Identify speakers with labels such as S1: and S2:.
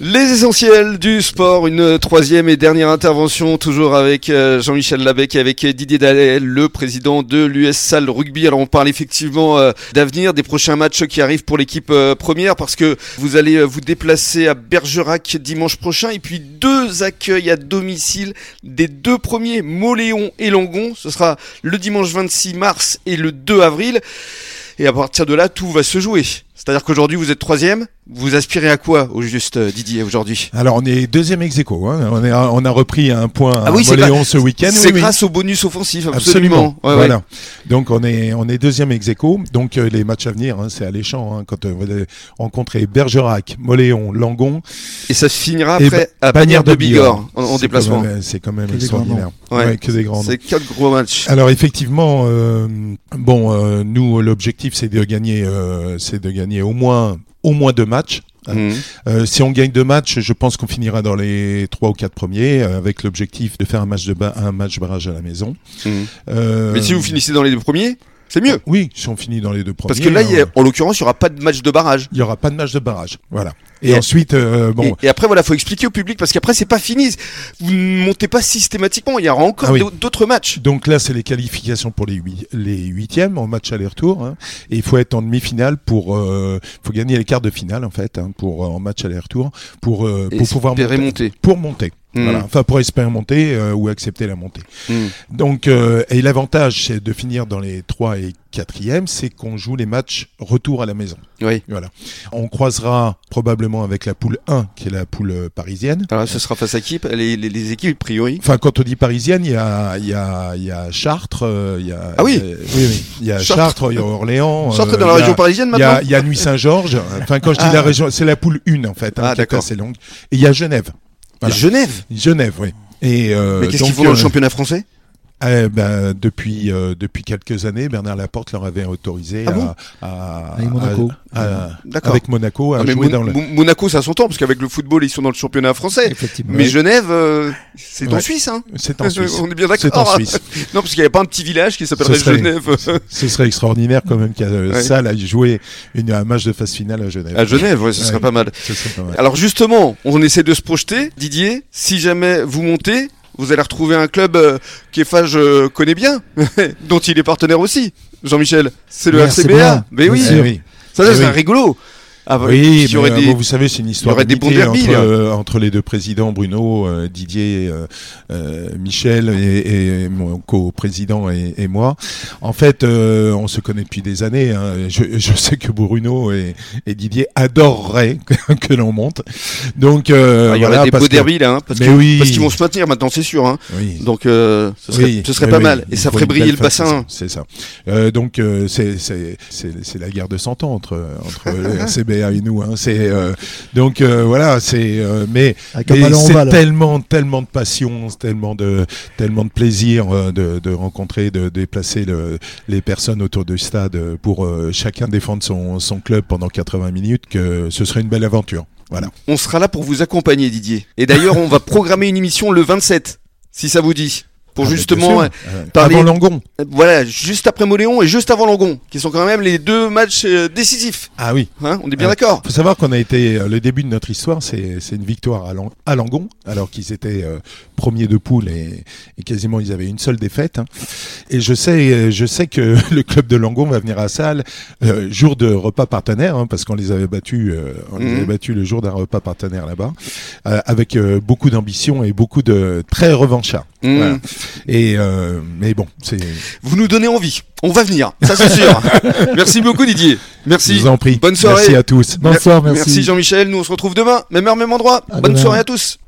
S1: Les essentiels du sport, une troisième et dernière intervention, toujours avec euh, Jean-Michel Labec et avec Didier Dallet, le président de l'US Salle Rugby. Alors on parle effectivement euh, d'avenir, des prochains matchs qui arrivent pour l'équipe euh, première, parce que vous allez euh, vous déplacer à Bergerac dimanche prochain, et puis deux accueils à domicile des deux premiers, Moléon et Langon. Ce sera le dimanche 26 mars et le 2 avril. Et à partir de là, tout va se jouer. C'est-à-dire qu'aujourd'hui, vous êtes troisième. Vous aspirez à quoi, au juste euh, Didier, aujourd'hui
S2: Alors, on est deuxième ex aequo, hein. on, est- on a repris un point
S1: Ah oui,
S2: à
S1: c'est
S2: Moléon ce week-end.
S1: C'est
S2: Oui, oui.
S1: grâce au bonus offensif,
S2: Absolument.
S1: absolument. Ouais, ouais.
S2: voilà. Donc on est on est deuxième ex aequo. Donc euh, les matchs à venir, hein, c'est alléchant hein, quand euh, vous allez rencontrer Bergerac, Moléon, Langon,
S1: Et ça se finira
S2: Et
S1: après à Bagnères de Bigorre en, en
S2: C'est
S1: déplacement.
S2: quand même- C'est quand même
S3: Que des
S2: extraordinaire.
S1: grands noms. Ouais.
S2: que des grands noms.
S1: C'est quatre gros matchs.
S2: Alors effectivement, euh, bon, euh, nous l'objectif c'est de gagner, euh, c'est de gagner au moins au moins deux matchs.
S1: Mhm.
S2: Euh, si on gagne deux matchs, je pense qu'on finira dans les trois ou quatre premiers, euh, avec l'objectif de faire un match de ba- un match barrage à la maison.
S1: Mhm.
S2: Euh,
S1: Mais si vous finissez dans les deux premiers, c'est mieux.
S2: Oui, si on finit dans les deux premiers.
S1: Parce que là, il y a-
S2: euh,
S1: en l'occurrence, il n'y aura pas de match de barrage.
S2: il y aura pas de match de barrage, voilà. Et,
S1: Et-
S2: ensuite, euh, bon,
S1: Et, et après, voilà, faut expliquer au public parce qu'après, c'est pas fini. Vous ne montez pas systématiquement. Il y aura encore
S2: Ah oui.
S1: d'au- d'autres matchs.
S2: Donc là, c'est les qualifications pour les, huit, les huitièmes en match aller-retour. hein. Et il faut être en demi-finale pour, euh, faut gagner les quarts de finale en fait, hein, pour euh, en match aller-retour, pour euh, pour pouvoir
S1: Espérer
S2: monter,
S1: monter.
S2: pour monter.
S1: Mhm.
S2: Voilà. Enfin, pour espérer monter euh, ou accepter la montée.
S1: Mhm.
S2: Donc, euh, et l'avantage c'est de finir dans les 3 et 4e, c'est qu'on joue les matchs retour à la maison.
S1: Oui.
S2: Voilà. On croisera probablement avec la poule 1, qui est la poule euh, parisienne.
S1: Alors, ce sera face à qui les, les- les équipes, a priori.
S2: Enfin, quand on dit parisienne, il y a, il y a, il y a Chartres, euh, il y a.
S1: Ah oui.
S2: euh, oui, oui. Il y a
S1: Chartres.
S2: Chartres, il y a Orléans.
S1: Sortez
S2: euh,
S1: dans la
S2: il y a-
S1: région parisienne
S2: Il y, a,
S1: maintenant.
S2: il y a Nuit Saint-Georges. Enfin, quand je dis
S1: Ah.
S2: la région, c'est la poule 1 en fait, hein,
S1: Ah,
S2: qui est
S1: d'accord.
S2: assez longue. Et il y a Genève. voilà.
S1: Genève.
S2: Genève, oui. Et euh,
S1: Mais qu'est-ce
S2: donc,
S1: qu'ils font dans le
S2: euh,
S1: championnat français
S2: eh ben, depuis euh, depuis quelques années, Bernard Laporte leur avait autorisé
S1: Ah
S2: à,
S1: bon
S2: à-
S3: Avec Monaco.
S2: à- à-
S1: D'accord.
S2: avec Monaco à
S1: Ah, mais
S2: jouer
S1: Mon-
S2: dans le.
S1: Mon- Monaco, ça s'entend parce qu'avec le football, ils sont dans le championnat français.
S3: Effectivement.
S1: Mais Genève, euh, c'est en
S2: Ouais.
S1: Suisse, hein
S2: C'est en Suisse.
S1: On est bien
S2: C'est en
S1: d'accord.
S2: Suisse.
S1: Non, parce qu'il n'y avait pas un petit village qui s'appellerait
S2: Ce serait-
S1: Genève
S2: Ce serait extraordinaire quand même qu'à euh,
S1: Ouais.
S2: Salle aille jouer une, un match de phase finale à Genève.
S1: à Genève, ouais, ce serait
S2: Ouais.
S1: pas mal.
S2: Ce serait pas mal.
S1: Alors justement, on essaie de se projeter. Didier, si jamais vous montez, vous allez retrouver un club euh, qu'Effage euh, connaît bien, dont il est partenaire aussi. Jean-Michel, c'est
S2: ah,
S1: le
S3: Le
S1: RCBA.
S3: RCBA,
S1: Mais oui,
S2: Eh
S3: sûr.
S2: oui.
S1: ça, ça
S2: Eh
S1: serait
S2: oui.
S1: rigolo. Ah,
S2: Oui,
S1: il y aurait
S2: mais, euh,
S1: des-
S2: bon, vous savez, c'est une histoire
S1: aurait des bons
S2: d'amitié
S1: derbys,
S2: entre,
S1: là.
S2: euh, entre les deux présidents, Bruno, euh, Didier, euh, euh, Michel et, et mon co-président et, et moi. En fait, euh, on se connaît depuis des années. hein. Je, je sais que Bruno et, et Didier adoreraient que, que l'on monte. Donc, euh,
S1: Ah, il y aurait
S2: voilà,
S1: des
S2: parce
S1: beaux
S2: que-
S1: derbys là, hein, parce
S2: Mais
S1: que-
S2: oui.
S1: parce qu'ils vont se maintenir maintenant, c'est sûr. Hein.
S2: Oui.
S1: Donc euh, ce serait,
S2: Oui,
S1: ce serait
S2: oui,
S1: pas
S2: oui.
S1: mal. Et
S2: Il
S1: ça
S2: faut
S1: ferait
S2: une
S1: briller
S2: belle
S1: le
S2: face, c'est
S1: bassin.
S2: ça, C'est ça. Euh, donc euh, c'est c'est c'est c'est la guerre de 100 ans entre entre le RCBA et nous. Hein. C'est euh, donc euh, voilà. C'est euh, mais,
S3: Avec un
S2: mais
S3: ballon en
S2: c'est
S3: balle.
S2: tellement tellement de passion, tellement de tellement de plaisir euh, de, de rencontrer, de déplacer le, les personnes autour du stade euh, pour euh, chacun défendre son son club pendant 80 minutes que ce serait une belle aventure. Voilà.
S1: On sera là pour vous accompagner, Didier. Et d'ailleurs, on va programmer une émission le 27, si ça vous dit. Pour
S2: Ah, mais
S1: justement,
S2: bien sûr. Euh,
S1: parler-
S2: avant Langon.
S1: euh, voilà, juste après Moléon et juste avant Langon, qui sont quand même les deux matchs euh, décisifs.
S2: Ah oui.
S1: Hein, on est bien
S2: Ouais.
S1: d'accord
S2: faut savoir qu'on a été euh, le début de notre histoire, c'est c'est une victoire à, Lan- à Langon, alors qu'ils étaient euh, premiers de poule et, et quasiment ils avaient une seule défaite. hein. Et je sais, euh, je sais que le club de Langon va venir à Salle euh, jour de repas partenaire, hein, parce qu'on les avait battus, euh, on les
S1: Mhm.
S2: avait battus le jour d'un repas partenaire là-bas, euh, avec euh, beaucoup d'ambition et beaucoup de très revanchards.
S1: Mmh.
S2: Voilà. Et euh, mais bon, c'est.
S1: Vous nous donnez envie. On va venir, ça c'est sûr. Merci beaucoup, Didier.
S2: Je
S1: Merci.
S2: vous en prie.
S1: Bonne soirée.
S2: Merci à tous.
S3: Bonsoir, merci.
S1: Jean-Michel. Nous, on se retrouve demain, même heure, même endroit.
S3: À
S1: Bonne
S3: demain.
S1: soirée à tous.